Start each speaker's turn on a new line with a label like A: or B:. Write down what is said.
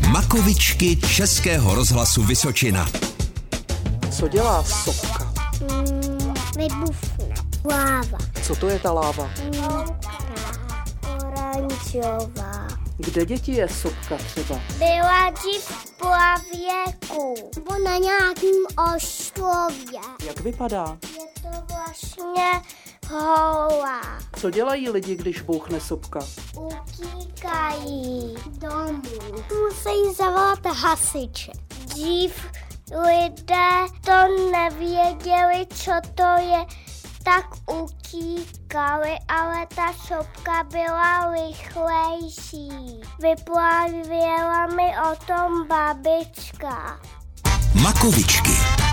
A: Vlakovičky Českého rozhlasu Vysočina.
B: Co dělá sopka?
C: Mm, Vybufne. Láva.
B: Co to je ta láva?
C: Mokrá. Oranžová.
B: Kde děti je sopka třeba?
C: Byla dřív po věku. Nebo na nějakým ostrově.
B: Jak vypadá?
C: Je to vlastně holá.
B: Co dělají lidi, když bouchne sopka?
C: Utíkají domů. Musí zavolat hasiče. Dřív lidé to nevěděli, co to je, tak utíkali, ale ta sopka byla rychlejší. Vyprávěla mi o tom babička.
A: Makovičky.